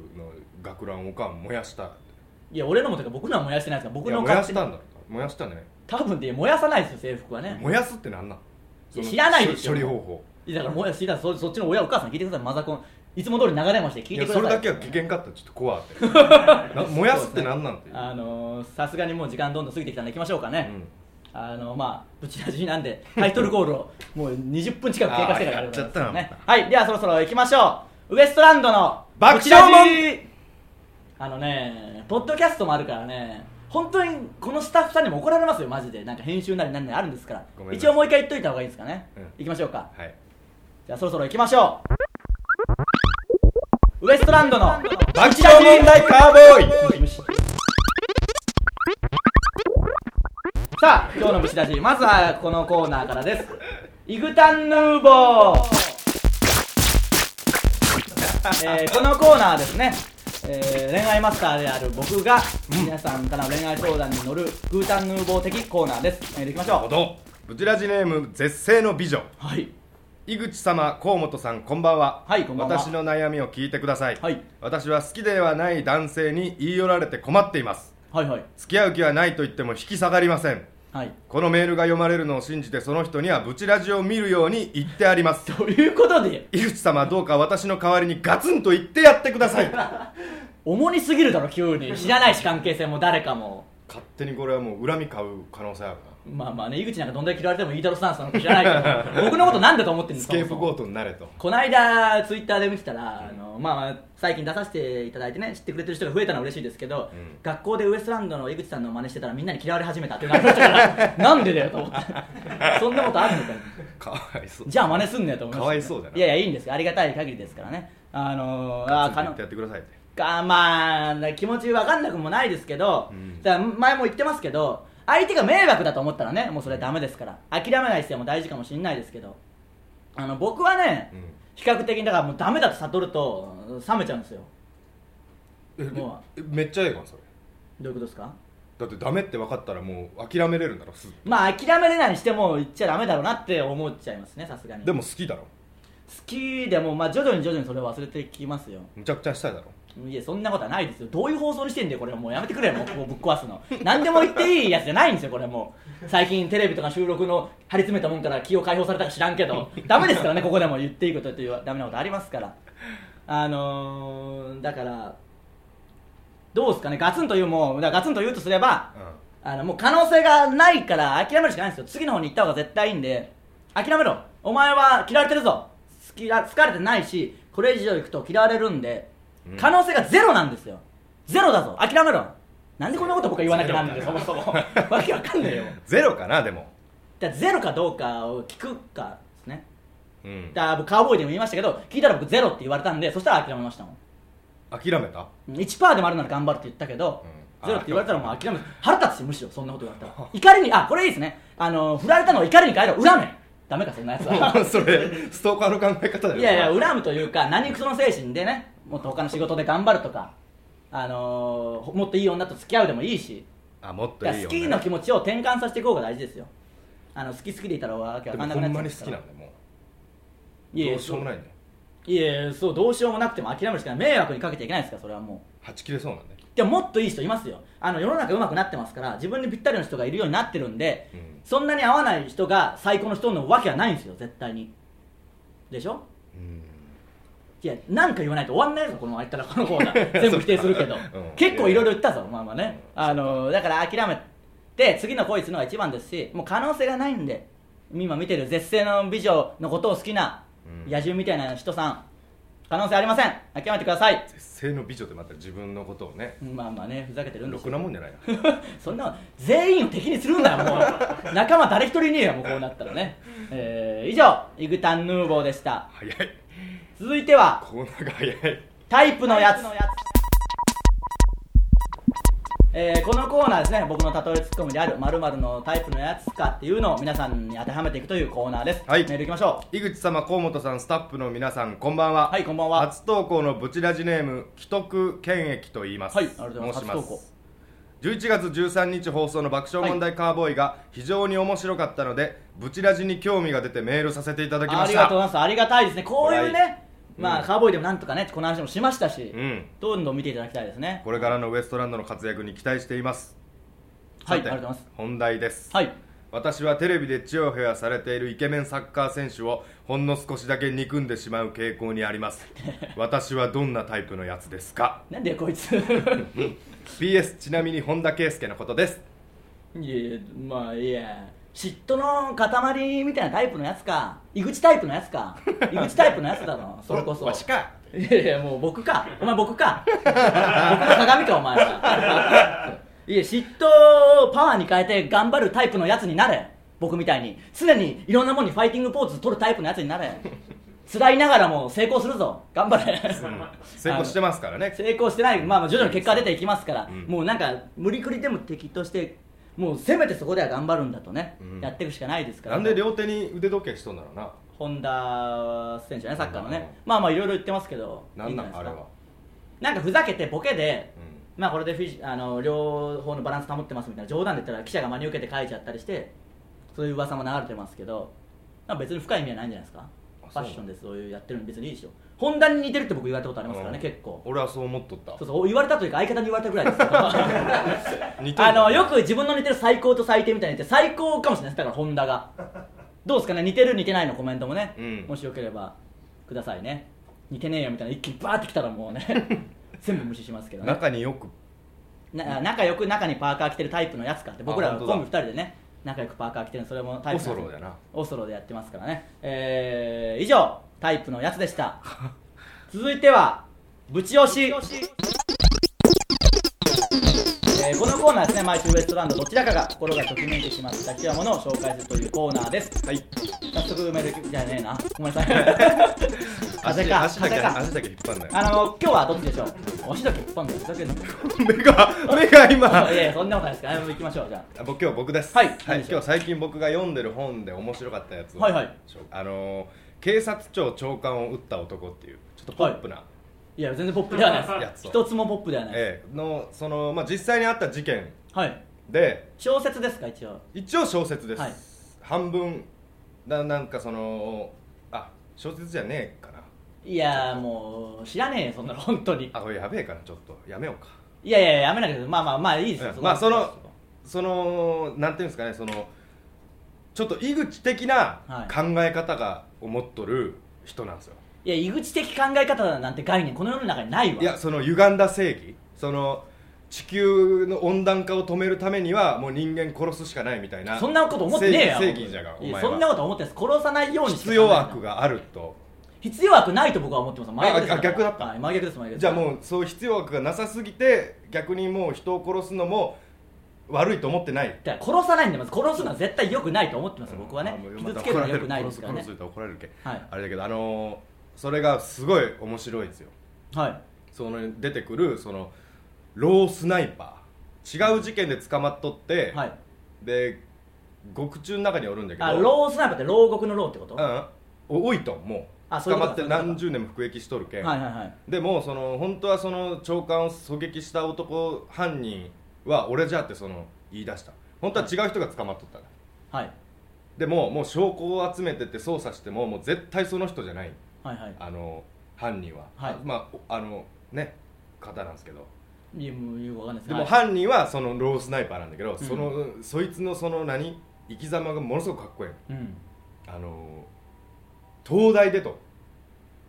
Speaker 2: 学ランおかん燃やした
Speaker 1: いや俺のもというか僕のは燃やしてないですから僕
Speaker 2: いや
Speaker 1: の
Speaker 2: 燃や
Speaker 1: 勝
Speaker 2: し
Speaker 1: 手
Speaker 2: た
Speaker 1: に
Speaker 2: んだろうな燃やしたね
Speaker 1: 多分で燃やさないですよ制服はね
Speaker 2: 燃やすってなんな
Speaker 1: い
Speaker 2: ん
Speaker 1: や
Speaker 2: その
Speaker 1: 知らないですよ
Speaker 2: 処理方法
Speaker 1: いやだから燃やしだそそっちの親お母さん聞いてくださいマザコンいつも通り流れまして聞いて
Speaker 2: いや
Speaker 1: くだ
Speaker 2: そ
Speaker 1: さい
Speaker 2: れだけは危険かったらちょっと 怖ってな燃やすってなんなんていう
Speaker 1: あのーさすがにもう時間どんどん過ぎてきたんで行きましょうかね、
Speaker 2: うん
Speaker 1: あのまあブチラジなんでタイトルゴールをもう20分近く経過してから
Speaker 2: あーやっちゃったな
Speaker 1: ねはいではそろそろ行きましょうウエストランドの
Speaker 2: 爆笑問
Speaker 1: ブチラジあのねポッドキャストもあるからね本当にこのスタッフさんにも怒られますよマジでなんか編集なりなんなりあるんですから
Speaker 2: ごめんなさ
Speaker 1: 一
Speaker 2: い
Speaker 1: 応もう一回言っといた方がいいですかね、
Speaker 2: うん
Speaker 1: 行きましょうか
Speaker 2: はい
Speaker 1: じゃあそろそろ行きましょうウエストランドの
Speaker 2: 爆笑問題カーボーイ
Speaker 1: さあ今日の「ぶち出し」まずはこのコーナーからですイグタンヌーボー、えーこのコーナーはですね、えー恋愛マスターである僕が皆さんからの恋愛相談に乗るグータンヌーボー的コーナーですえー行きまし
Speaker 2: お
Speaker 1: ょう
Speaker 2: どんブチラジネーム絶世の美女
Speaker 1: はい
Speaker 2: 井口様河本さんこんばんは
Speaker 1: はいこんばんは
Speaker 2: 私の悩みを聞いてください、
Speaker 1: はい
Speaker 2: 私は好きではない男性に言い寄られて困っています
Speaker 1: はいはい
Speaker 2: 付き合う気はないと言っても引き下がりません
Speaker 1: はい
Speaker 2: このメールが読まれるのを信じてその人にはブチラジを見るように言ってあります
Speaker 1: ということで
Speaker 2: 井口様どうか私の代わりにガツンと言ってやってください
Speaker 1: 重にすぎるだろ急に知らないし関係性も誰かも
Speaker 2: 勝手にこれはもう恨み買う可能性あるな
Speaker 1: まあまあね井口なんかどんだけ嫌われてもいいだろスタンスなのか知らない けど僕のことなんだと思ってるんで
Speaker 2: ス
Speaker 1: すか
Speaker 2: ケープゴートになれと
Speaker 1: この間ツイッターで見てたら、あのまあ、最近出させていただいてね知ってくれてる人が増えたのは嬉しいですけど、
Speaker 2: うん
Speaker 1: 学校でウエストランドの井口さんの真似してたらみんなに嫌われ始めたってなりましたから なんでだよと思っ てそんなことあるのかよ
Speaker 2: かわいそう
Speaker 1: じゃあ真似すんねよと思いました
Speaker 2: かわいそうだない
Speaker 1: やいやいいんですよありがたい限りですからねあのー、あー
Speaker 2: ガツンと
Speaker 1: か
Speaker 2: 言
Speaker 1: の
Speaker 2: ってやってくださいって
Speaker 1: かまあ気持ち分かんなくもないですけど、
Speaker 2: うん
Speaker 1: だから前も言ってますけど相手が迷惑だと思ったらねもうそれはダメですから諦めない姿勢も大事かもしれないですけどあの僕はね、
Speaker 2: うん
Speaker 1: 比較的だからもうダメだと悟ると冷めちゃうんですよ
Speaker 2: え
Speaker 1: も
Speaker 2: えめっちゃええかんそれ
Speaker 1: どういうことですか
Speaker 2: だってダメって分かったらもう諦めれるんだろすぐ
Speaker 1: まあ諦めれないにしても言っちゃダメだろうなって思っちゃいますねさすがに
Speaker 2: で
Speaker 1: 好
Speaker 2: も好きだろ
Speaker 1: きでもまあ徐々に徐々にそれを忘れてきますよ
Speaker 2: むちゃくちゃしたいだろ
Speaker 1: いやそんなことはないですよどういう放送にしてんだよこれもうやめてくれよもうもうぶっ壊すの何でも言っていいやつじゃないんですよこれもう最近テレビとか収録の張り詰めたもんから気を解放されたか知らんけどダメですからねここでも言っていいことっていうダメなことありますからあのー、だからどうですかねガツンと言うもだからガツンと言うとすれば
Speaker 2: う
Speaker 1: あのもう可能性がないから諦めるしかないんですよ次の方に行った方が絶対いいんで諦めろお前は嫌われてるぞ好きら好かれてないしこれ以上行くと嫌われるんで、
Speaker 2: うん
Speaker 1: 可能性がゼロなんですよゼロだぞ諦めろなんでこんなこと僕は言わなきゃなんねん
Speaker 2: ゼ
Speaker 1: そ
Speaker 2: ロ
Speaker 1: も
Speaker 2: だ
Speaker 1: そも わけわかんねえよ
Speaker 2: んゼロかなでも
Speaker 1: だからゼロかどうかを聞くかですね
Speaker 2: うん
Speaker 1: だから僕カウボーイでも言いましたけど聞いたら僕ゼロって言われたんでそしたら諦めましたもん
Speaker 2: 諦めた
Speaker 1: 1%でもあるなら頑張るって言ったけど、
Speaker 2: うん
Speaker 1: ゼロって言われたらもう諦めて腹立つしむしろそんなこと言われたら怒りにあこれいいですねあの振られたのを怒りに変えろ恨めダメかそんなやつは
Speaker 2: それストーカーの考え方だよ
Speaker 1: いやいや恨むというか何くその精神でねもっと他の仕事で頑張るとかあのーもっといい女と付き合うでもいいし
Speaker 2: あもっと
Speaker 1: だか
Speaker 2: い
Speaker 1: ら
Speaker 2: い
Speaker 1: 好
Speaker 2: よ、
Speaker 1: きの気持ちを転換させていこうが大事ですよあの好き好きでいたらわけわ
Speaker 2: で
Speaker 1: か
Speaker 2: も
Speaker 1: んなく
Speaker 2: ほ
Speaker 1: なっち
Speaker 2: ん
Speaker 1: ゃ
Speaker 2: ま
Speaker 1: う
Speaker 2: に
Speaker 1: すか
Speaker 2: 好きな
Speaker 1: ら
Speaker 2: んだもう
Speaker 1: いやい
Speaker 2: ど
Speaker 1: や
Speaker 2: うしようもないんだよ
Speaker 1: いやいやそうどうしようもなくても諦めるしかない迷惑にかけちゃいけないですからそれはもう
Speaker 2: はち切れそうなんだよ
Speaker 1: でももっといい人いますよあの世の中上手くなってますから自分にぴったりの人がいるようになってるんで、
Speaker 2: うん
Speaker 1: そんなに合わない人が最高の人のわけはないんですよ絶対にでしょ
Speaker 2: うん
Speaker 1: いやなんか言わないと終わんないぞこの言ったらこのコーナー 全部否定するけど、
Speaker 2: うん
Speaker 1: 結構いろいろ言ったぞまあまあね、あのだから諦めて次の恋するのが一番ですしもう可能性がないんで今見てる絶世の美女のことを好きな
Speaker 2: うん
Speaker 1: 野獣みたいな人さん可能性ありません諦めてください
Speaker 2: 絶世の美女ってまた自分のことをね
Speaker 1: まあまあねふざけてるんで
Speaker 2: ろ
Speaker 1: す
Speaker 2: く
Speaker 1: よ
Speaker 2: なもんじゃないな
Speaker 1: そんな全員を敵にするんだよもう仲間誰一人いねえよもうこうなったらね、えー以上イグタンヌーボーでした
Speaker 2: 早い
Speaker 1: 続いては
Speaker 2: コーナーが早い
Speaker 1: タイプのやつえーこのコーナーですね僕の例えツッコミである〇〇のタイプのやつかっていうのを皆さんに当てはめていくというコーナーです、
Speaker 2: はい
Speaker 1: メールいきましょ
Speaker 2: 井口様河本さんスタッフの皆さんこんばんは
Speaker 1: はいこんばんは
Speaker 2: 初投稿のブチラジネーム既得権益と言います
Speaker 1: はいありがとうございます
Speaker 2: 申しま
Speaker 1: 初投稿
Speaker 2: す11月13日放送の爆笑問題カーボーイが非常に面白かったので、ブチラジに興味が出てメールさせていただ
Speaker 1: う
Speaker 2: きま
Speaker 1: あ
Speaker 2: し
Speaker 1: り
Speaker 2: た
Speaker 1: がとうございますありがたいですねこういう
Speaker 2: はい
Speaker 1: ねまあ、
Speaker 2: うん
Speaker 1: カーボーイでもなんとかねこの話もしましたし、
Speaker 2: うん
Speaker 1: どんどん見ていただきたいですね
Speaker 2: これからのウエストランドの活躍に期待しています
Speaker 1: はいあ
Speaker 2: さ
Speaker 1: り
Speaker 2: て
Speaker 1: がとうございます
Speaker 2: 本題です、
Speaker 1: はい
Speaker 2: 私はテレビでチヤホヤされているイケメンサッカー選手をほんの少しだけ憎んでしまう傾向にあります 私はどんなタイプのやつですか
Speaker 1: なんでこいつ
Speaker 2: PS ちなみに本田圭佑のことです
Speaker 1: いやまあいや嫉妬の塊みたいなタイプのやつか井口タイプのやつか井口タイプのやつだ ろそれこそ
Speaker 2: わしか
Speaker 1: いやいやもう僕かお前僕 か僕の鏡かお前はいや嫉妬をパワーに変えて頑張るタイプのやつになれ僕みたいに常にいろんなものにファイティングポーズ取るタイプのやつになれ 辛いながらも成功するぞ頑張れ、
Speaker 2: 成功してますからね
Speaker 1: 成功してない、まあ、まあ徐々に結果が出ていきますから、
Speaker 2: うん
Speaker 1: もうなんか無理くりでも敵としてもうせめてそこでは頑張るんだとね、
Speaker 2: うん
Speaker 1: やっていくしかないですから
Speaker 2: なんで両手に腕時計しとんだろうな
Speaker 1: 本田選手ねサッカーのね、
Speaker 2: う
Speaker 1: まあまあいろいろ言ってますけど
Speaker 2: なんなん
Speaker 1: いいじゃ
Speaker 2: あ
Speaker 1: いで
Speaker 2: れ
Speaker 1: すか
Speaker 2: は
Speaker 1: なんかふざけてボケで、
Speaker 2: う
Speaker 1: まあこれでフィジあの両方のバランス保ってますみたいな冗談で言ったら記者が真に受けて書いちゃったりしてそういう噂も流れてますけどなんか別に深い意味はないんじゃないですか
Speaker 2: あ
Speaker 1: フ
Speaker 2: そう
Speaker 1: ァッションでそういうやってるの別にいいでしょ本田に似てるって僕言われたことありますからね、
Speaker 2: うん
Speaker 1: 結構
Speaker 2: 俺はそう思っとった
Speaker 1: そうそう言われたというか相方に言われたぐらいですけど
Speaker 2: 似てる
Speaker 1: あのよく自分の似てる最高と最低みたいに言って最高かもしれないですだから本田がどうですかね似てる似てないのコメントもね、
Speaker 2: うん
Speaker 1: もしよければくださいね似てねえよみたいな一気にバーってきたらもう ね全部無視しますけどね
Speaker 2: 中によく
Speaker 1: な仲良く中にパーカー着てるタイプのやつかって僕
Speaker 2: あ
Speaker 1: ら
Speaker 2: 本当だ
Speaker 1: コンビ2人でね仲良くパーカー着てるのそれもタイプのやつ
Speaker 2: オソロだな
Speaker 1: オソロでやってますからねえー以上タイプのやつでした 続いてはぶち押しえーこのコーナーですね毎週ウエストランドどちらかが心がときめいてしまったキュアものを紹介するというコーナーです
Speaker 2: はい
Speaker 1: 早速埋めるじゃねえなごめんなさい風か
Speaker 2: 足だけ
Speaker 1: 風か
Speaker 2: 足だけ引っ張んなよ
Speaker 1: あの今日はどっちでしょう押しだけ一本でふざけんな
Speaker 2: 目が目が今
Speaker 1: いやいやそんなことないですから行きましょうじゃあ
Speaker 2: あ僕今日僕です
Speaker 1: はい何でしょう
Speaker 2: 今日最近僕が読んでる本で面白かったやつを
Speaker 1: はいはい
Speaker 2: しょあのー警察庁長官を撃った男っていうちょっとポップな、
Speaker 1: いや全然ポップではない
Speaker 2: や
Speaker 1: で
Speaker 2: つ
Speaker 1: す
Speaker 2: を
Speaker 1: 一つもポップではない、
Speaker 2: ええのそのまあ実際にあった事件
Speaker 1: はい
Speaker 2: で
Speaker 1: 小説ですか一応
Speaker 2: 一応小説です、
Speaker 1: はい
Speaker 2: 半分だなんかそのあ小説じゃねえかない
Speaker 1: やーもう知らねえよそんなの本当に
Speaker 2: あこれやべえかなちょっとやめようか
Speaker 1: いやいややめなきゃまあまあまあいいですよ、
Speaker 2: うんまあそのそのなんていうんですかねそのちょっと井口的な
Speaker 1: はい
Speaker 2: 考え方が思っとる人なんですよ、
Speaker 1: いや井口的考え方なんて概念この世の中にないわ
Speaker 2: いやその歪んだ正義その地球の温暖化を止めるためにはもう人間殺すしかないみたいな
Speaker 1: そんなこと思ってねえよ
Speaker 2: 正義正義じゃがお
Speaker 1: いや
Speaker 2: 前は
Speaker 1: そんなこと思ってないです殺さないようにしか
Speaker 2: 必要悪があると
Speaker 1: 必要悪ないと僕は思ってます真逆です
Speaker 2: ああ逆だった
Speaker 1: はい真逆です真逆です
Speaker 2: じゃあもうそう必要悪がなさすぎて逆にもう人を殺すのも悪いと思ってない
Speaker 1: だから殺さないんでまず殺すのは絶対良くないと思ってますよ僕は
Speaker 2: あ
Speaker 1: ね
Speaker 2: もうま
Speaker 1: 傷
Speaker 2: た
Speaker 1: つけるのは
Speaker 2: 怒られ
Speaker 1: 良くないですからね
Speaker 2: 殺す殺す言うたら怒られるけ、
Speaker 1: はい
Speaker 2: あれだけどあのーそれがすごい面白いんですよ
Speaker 1: はい
Speaker 2: その出てくるそのロースナイパー違う事件で捕まっとって、
Speaker 1: はい
Speaker 2: で獄中の中におるんだけど
Speaker 1: あ牢スナイパーって牢獄の牢ってこと、
Speaker 2: う
Speaker 1: は
Speaker 2: んお多いとんも
Speaker 1: あ
Speaker 2: う
Speaker 1: そうい
Speaker 2: 捕
Speaker 1: うこと
Speaker 2: まっ
Speaker 1: か
Speaker 2: て何十年も服役しとるけ
Speaker 1: い
Speaker 2: ん、
Speaker 1: はいはい
Speaker 2: でもその本当はその長官を狙撃した男犯人は俺じゃってその言い出した本当は違う人が捕まっとったの
Speaker 1: はい
Speaker 2: でももう証拠を集めてって捜査してももう絶対その人じゃない
Speaker 1: はいはい
Speaker 2: あの犯人は、
Speaker 1: はい
Speaker 2: あまあおあのね方なんですけど
Speaker 1: いやもうよくわかんないです
Speaker 2: でも
Speaker 1: はい
Speaker 2: 犯人はそのロースナイパーなんだけど、
Speaker 1: ん
Speaker 2: そのそいつのその何生き様がものすごくかっこいい
Speaker 1: うん
Speaker 2: あの東大出と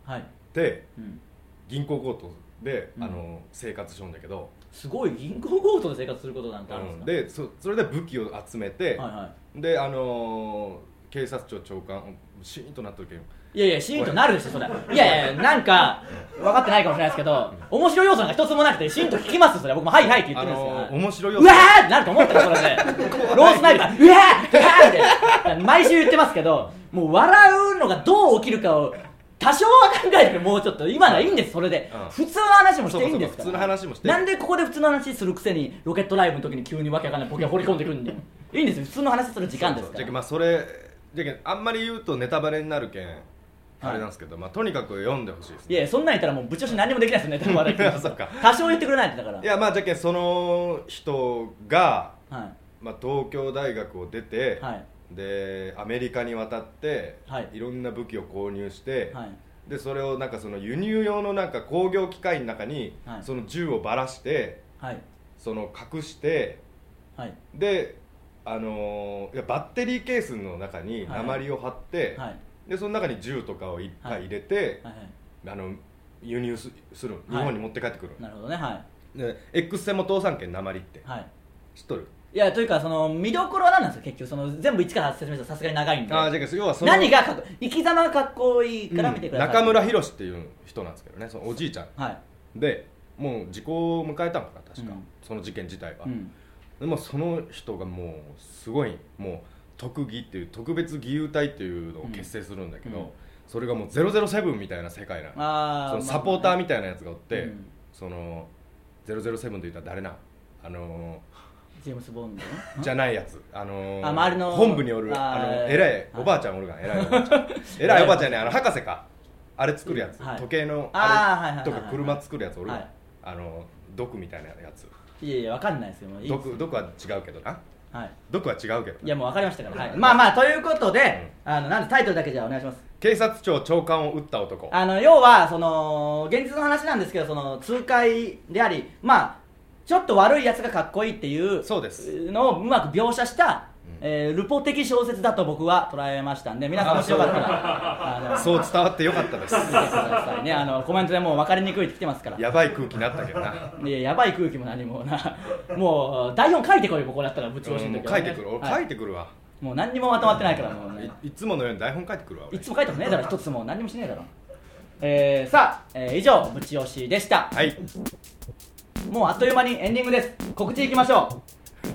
Speaker 1: はい、
Speaker 2: って
Speaker 1: うん、
Speaker 2: 銀行強盗で、
Speaker 1: うん
Speaker 2: あの生活しようんだけど、
Speaker 1: すごい銀行強盗で生活することなんてあるんですか、
Speaker 2: でそそれで武器を集め
Speaker 1: は
Speaker 2: て、
Speaker 1: いは
Speaker 2: であのー警察庁長官シーンとなっとるけど
Speaker 1: い、いやいやシーンとなるでしょそれいやいやなんか分かってないかもしれないですけど面白い要素なんか一つもなくてシーンと聞きますよそれ僕も「はいはい」って言
Speaker 2: あ
Speaker 1: ってるんですよ、
Speaker 2: のー面白いよ
Speaker 1: うわーってなると思ったよそれでロースナイパーうわーうわーって毎週言ってますけどもう笑うのがどう起きるかを多少は考えてもうちょっと今のはいいんですそれで、
Speaker 2: うん
Speaker 1: 普通の話もしていいんですか
Speaker 2: そうそうそう普
Speaker 1: ら
Speaker 2: 通の話もして
Speaker 1: なんでここで普通の話するくせにロケットライブの時に急にわけわかんないボケを放り込んでくるんでいいんですよ普通の話する時間です
Speaker 2: そう
Speaker 1: か
Speaker 2: そうじゃ
Speaker 1: ら
Speaker 2: あまあそれじゃけんあんまり言うとネタバレになるけん、あれなんですけど、まあ、とにかく読んでほしいです、
Speaker 1: いやいやそんなん言ったらもう部長し何にもできないですよね多分笑い
Speaker 2: そっか
Speaker 1: 多少言ってくれないとだから
Speaker 2: いやまあじゃけんその人が、
Speaker 1: はい
Speaker 2: まあ、東京大学を出て、
Speaker 1: はい
Speaker 2: でアメリカに渡って、
Speaker 1: はい
Speaker 2: ろんな武器を購入して、
Speaker 1: はい
Speaker 2: でそれをなんかその輸入用のなんか工業機械の中に、
Speaker 1: はい
Speaker 2: その銃をばらして
Speaker 1: はい
Speaker 2: その隠して
Speaker 1: はい
Speaker 2: であのーいやバッテリーケースの中に
Speaker 1: はい
Speaker 2: 鉛を貼って、
Speaker 1: はい
Speaker 2: でその中に銃とかをいっぱい入れて、
Speaker 1: はいは
Speaker 2: あの輸入すするの日
Speaker 1: はい
Speaker 2: 本に持って帰ってくる
Speaker 1: い、なるほどねはい
Speaker 2: の、で X 線も通さんけん鉛って、
Speaker 1: はい
Speaker 2: 知っとる
Speaker 1: いやというかその見どころは何なんですか結局その全部一から説明したらさすがに長いんで
Speaker 2: あーじゃあ要はその
Speaker 1: 何がかっこ生き様がかっこいいから見てください、
Speaker 2: 中村宏っていう人なんですけどねそのおじいちゃん
Speaker 1: はい、
Speaker 2: でもう時効を迎えたのかな確か、
Speaker 1: うん
Speaker 2: その事件自体は、
Speaker 1: うん、
Speaker 2: でもその人がもうすごいもう特技っていう特別義勇隊っていうのを結成するんだけど、
Speaker 1: うん
Speaker 2: それがもう007みたいな世界なの
Speaker 1: あ
Speaker 2: そのサポーターみ
Speaker 1: た
Speaker 2: たいなやつがおって、
Speaker 1: うん
Speaker 2: その007で言ったら誰なあの
Speaker 1: ジェームス・ボンド
Speaker 2: ーじゃないやつ、あのー
Speaker 1: あ周りの
Speaker 2: 本部におるあ
Speaker 1: あー
Speaker 2: の偉いおばあちゃん おるがん偉いおばあちゃん偉いおばあちゃんねあの博士かあれ作るやつ、
Speaker 1: はい
Speaker 2: 時計の
Speaker 1: あーはいはい
Speaker 2: あ
Speaker 1: は
Speaker 2: れ
Speaker 1: い
Speaker 2: とか車作るやつおるがん、
Speaker 1: はい
Speaker 2: あの毒みたいなやつ
Speaker 1: いやいやわかんないですよもういいです
Speaker 2: 毒毒は違うけどな
Speaker 1: はい
Speaker 2: 毒は違うけど
Speaker 1: いやもうわかりましたから、はい、
Speaker 2: うん
Speaker 1: まあまあということで、あのなんでタイトルだけじゃあお願いします
Speaker 2: 警察庁長官を撃った男
Speaker 1: あの要はその現実の話なんですけどその痛快でありまあちょっと悪いやつがかっこいいっていう
Speaker 2: そうです
Speaker 1: のをうまく描写した、
Speaker 2: うん
Speaker 1: えールポ的小説だと僕は捉えましたんで皆さんもしよかったらあの
Speaker 2: そう伝わってよかっ たです
Speaker 1: 見てくださいねあのコメントでもう分かりにくいって来てますから
Speaker 2: やばい空気になったけどない
Speaker 1: ややばい空気も何もな もう台本書いてこいよここだったらぶち押し
Speaker 2: うん
Speaker 1: の
Speaker 2: もう
Speaker 1: 時
Speaker 2: 書いてくる
Speaker 1: は
Speaker 2: 俺
Speaker 1: は
Speaker 2: 書
Speaker 1: い
Speaker 2: いてくるわ
Speaker 1: もう何にもまとまってないからもうね
Speaker 2: いいつものように台本書いてくるわ
Speaker 1: い
Speaker 2: 俺
Speaker 1: つも書いてもねえだろ一つも何にもしねえだろえー、さあ、えー以上ぶち押しでした
Speaker 2: はい
Speaker 1: もうあっという間にエンディングです告知いきましょ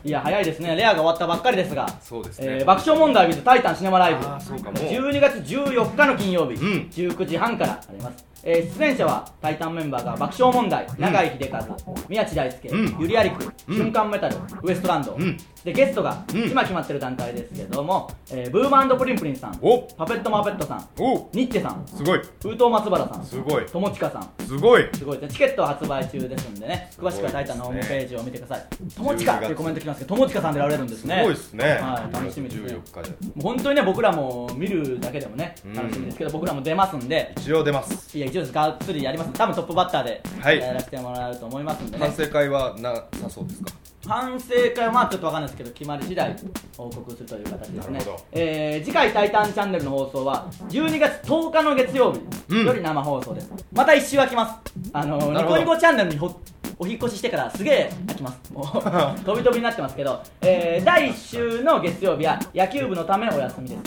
Speaker 1: ういや早いですねレアが終わったばっかりですが
Speaker 2: そうですね
Speaker 1: えー爆笑問題 with タイタンシネマライブ
Speaker 2: あーそうかもう
Speaker 1: 12月14日の金曜日、
Speaker 2: うん
Speaker 1: 19時半からあります、えー出演者はタイタンメンバーが爆笑問題永井秀和、宮地大輔、
Speaker 2: うん
Speaker 1: ゆりやりく、
Speaker 2: うん
Speaker 1: 瞬間メタルウエストランド、
Speaker 2: うん
Speaker 1: でゲストが、
Speaker 2: うん
Speaker 1: 今決まってる段階ですけども、えーブーマンプリンプリンさん
Speaker 2: お
Speaker 1: パペットマーペットさん
Speaker 2: おう
Speaker 1: ニッチェさん
Speaker 2: すごい
Speaker 1: 封筒松原さん
Speaker 2: すごい
Speaker 1: 友近さん
Speaker 2: すごい
Speaker 1: すごいですねチケットは発売中ですんでね詳しくはタイタンのホームページを見てください友近っていうコメント来ますけど友近さんでられるんです
Speaker 2: す
Speaker 1: ね
Speaker 2: ごいですね
Speaker 1: はい楽しみですね
Speaker 2: 14日で
Speaker 1: もう本当にね僕らも見るだけでもね
Speaker 2: うん
Speaker 1: 楽しみですけど、僕らも出ますんで
Speaker 2: 一応出ます
Speaker 1: いや一応ですがっつりやります多分トップバッターで、
Speaker 2: はい
Speaker 1: やらせてもらうと思いますんでね
Speaker 2: 反省会はなさそうですか
Speaker 1: 反省会はまあちょっとわかんないですけど決まり次第報告するという形ですね
Speaker 2: なるほど
Speaker 1: えー次回「タイタンチャンネル」の放送は12月10日の月曜
Speaker 2: う
Speaker 1: 日
Speaker 2: ん
Speaker 1: より生放送です、また一周空きますあのーニ
Speaker 2: なるほ
Speaker 1: コ
Speaker 2: ど
Speaker 1: ニコチャンネルにほお引っ越ししてからすげえ空きますも う飛び飛びになってますけど、えー第1週の月曜日は野球部のためお休みですっ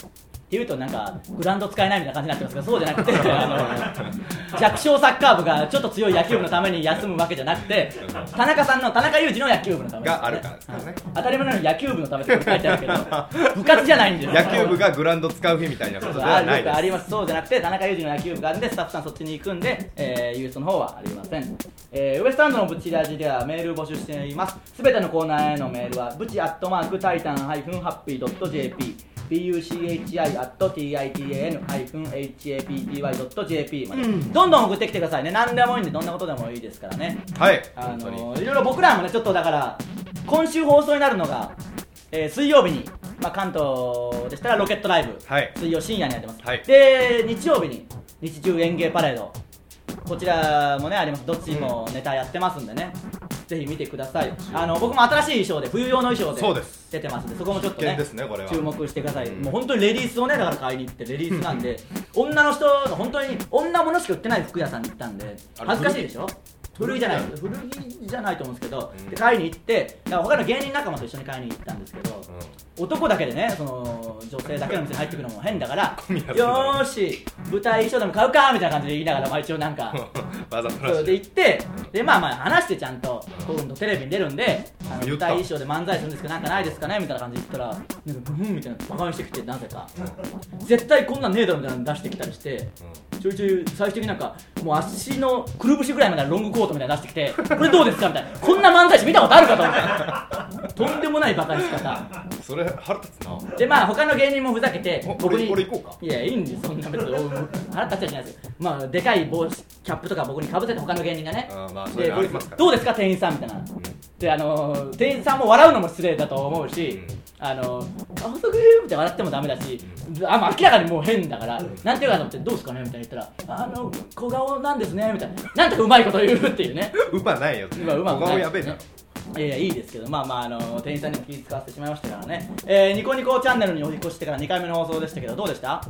Speaker 1: ていうとなんかグラウンド使えないみたいな感じになってますけどそうじゃなく てあの弱小サッカー部がちょっと強い野球部のために休むわけじゃなくて田中さんの田中裕二の野球部のためです
Speaker 2: があるからですからね
Speaker 1: 当たり前のように野球部のためって書いてある けど部活じゃないんです
Speaker 2: 野球部がグラウンド使う日みたいなこ
Speaker 1: そ
Speaker 2: と
Speaker 1: う
Speaker 2: で
Speaker 1: そう
Speaker 2: は
Speaker 1: あ
Speaker 2: ない
Speaker 1: よくあり
Speaker 2: で
Speaker 1: ますそうじゃなくて田中裕二の野球部があるんでスタッフさんそっちに行くんで、えー、ユースの方はありません、えーウエストランドのブチラジではメール募集していますすべてのコーナーへのメールはブチアットマークタイタンハイフンハッピードット JP buchi アット titan ハイフン hapty ドット JP まで、どんどん送ってきてくださいね何でもいいんでどんなことでもいいですからね
Speaker 2: すはい
Speaker 1: あ
Speaker 2: 本当に
Speaker 1: のいろいろ僕らもねちょっとだから今週放送になるのが、えー水曜日に、まあ、関東でしたらロケットライブ、
Speaker 2: はい
Speaker 1: 水曜深夜にやってます、
Speaker 2: はい
Speaker 1: で日曜日に日中演芸パレードこちらもねありますどっちもネタやってますんでね、ぜひ見てくださいあの僕も新しい衣装で冬用の衣装で
Speaker 2: そうです
Speaker 1: 出てますんでそこもちょっとね
Speaker 2: 必見ですねこれは
Speaker 1: 注目してください、
Speaker 2: うん
Speaker 1: もう本当にレディースをねだから買いに行ってレディースなん で女の人の本当に女物しか売ってない服屋さんに行ったんで
Speaker 2: あれ
Speaker 1: 恥ずかしいでしょ古着じゃない古着じゃないと思うんですけど、で買いに行ってだから他の芸人仲間と一緒に買いに行ったんですけど、男だけでねその女性だけの店に入ってくるのも変だから
Speaker 2: 混み合ってる
Speaker 1: よーし舞台衣装でも買うかみたいな感じで言いながら、まあ、一応なんか
Speaker 2: うんわざと
Speaker 1: そ
Speaker 2: ら
Speaker 1: うで
Speaker 2: しい
Speaker 1: 行ってでまあまあ話してちゃんと今度テレビに出るんであの
Speaker 2: 言
Speaker 1: 舞台
Speaker 2: った
Speaker 1: 衣装で漫才するんですけどなんかないですかねみたいな感じで言ったらなんかブーンみたいなバカにしてきてなぜか絶対こんなんねえだろみたいなの出してきたりしてちょいちょい最終的になんかもう足のくるぶしぐらいまでのロングコートみたいなの出してきてこれどうですかみたいなこんな漫才師見たことあるかと思ってとんでもないバカにし方
Speaker 2: うんそれ腹立つな
Speaker 1: でまあ他の芸人もふざけて
Speaker 2: お
Speaker 1: 僕に
Speaker 2: 俺俺行こうか
Speaker 1: いやいいんですそんな別にお腹立っちゃいしないですよまあでかい帽子キャップとか僕にかぶせて他の芸人がね
Speaker 2: あーまあそうい
Speaker 1: で
Speaker 2: うのありますから
Speaker 1: どうですか店員さんみたいな
Speaker 2: うん
Speaker 1: であのー店員さんも笑うのも失礼だと思うし、あのー、あ細くーって笑ってもダメだし、あもう明らかにもう変だから、なんていうかと思ってどうですかねみたいな言ったらあの小顔なんですねみたいななんとかうまいこと言うっていうね
Speaker 2: うまないよ
Speaker 1: 今うまく
Speaker 2: 小
Speaker 1: な
Speaker 2: 顔
Speaker 1: い
Speaker 2: やべえな
Speaker 1: ねいやいやいいですけどまあまああの店員さんにも気使わせてしまいましたからね、えーニコニコチャンネルにお引っ越ししてから2回目の放送でしたけどどうでした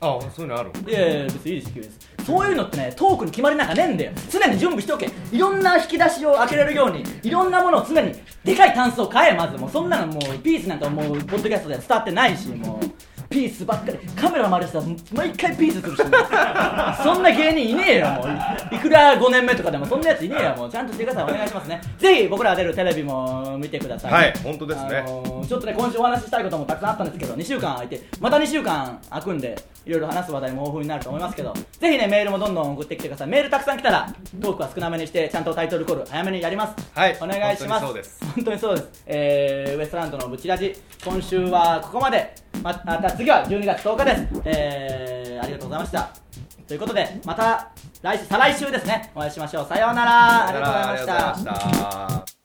Speaker 2: あそういうのある
Speaker 1: いやいや別にいいです急ですそういうのってねトークに決まりなんかねえんだよ常に準備しておけいろんな引き出しを開けれるようにいろんなものを常にでかいタンスを買えまずもうそんなのもうピースなんかもうポッドキャストでは伝わってないしもうピースばっかりカメラ回りしたら毎回ピースするし もうそんな芸人いねえよもういくら5年目とかでもそんなやついねえよもうちゃんとしてくださいお願いしますねぜひ僕らが出るテレビも見てください、
Speaker 2: はい本当ですね
Speaker 1: あのーちょっとね今週お話ししたいこともたくさんあったんですけど2週間空いてまた2週間空くんでいろいろ話す話題も豊富になると思いますけどぜひねメールもどんどん送ってきてくださいメールたくさん来たらトークは少なめにしてちゃんとタイトルコール早めにやります
Speaker 2: はい
Speaker 1: お願いします
Speaker 2: 本当にそうです
Speaker 1: 本当にそうです、えーウエストランドのブチラジ今週はここまでままた次は12月10日です、えーありがとうございましたということでまた来週再来週ですねお会いしましょうさようならありがとうございました
Speaker 2: ありがとうございました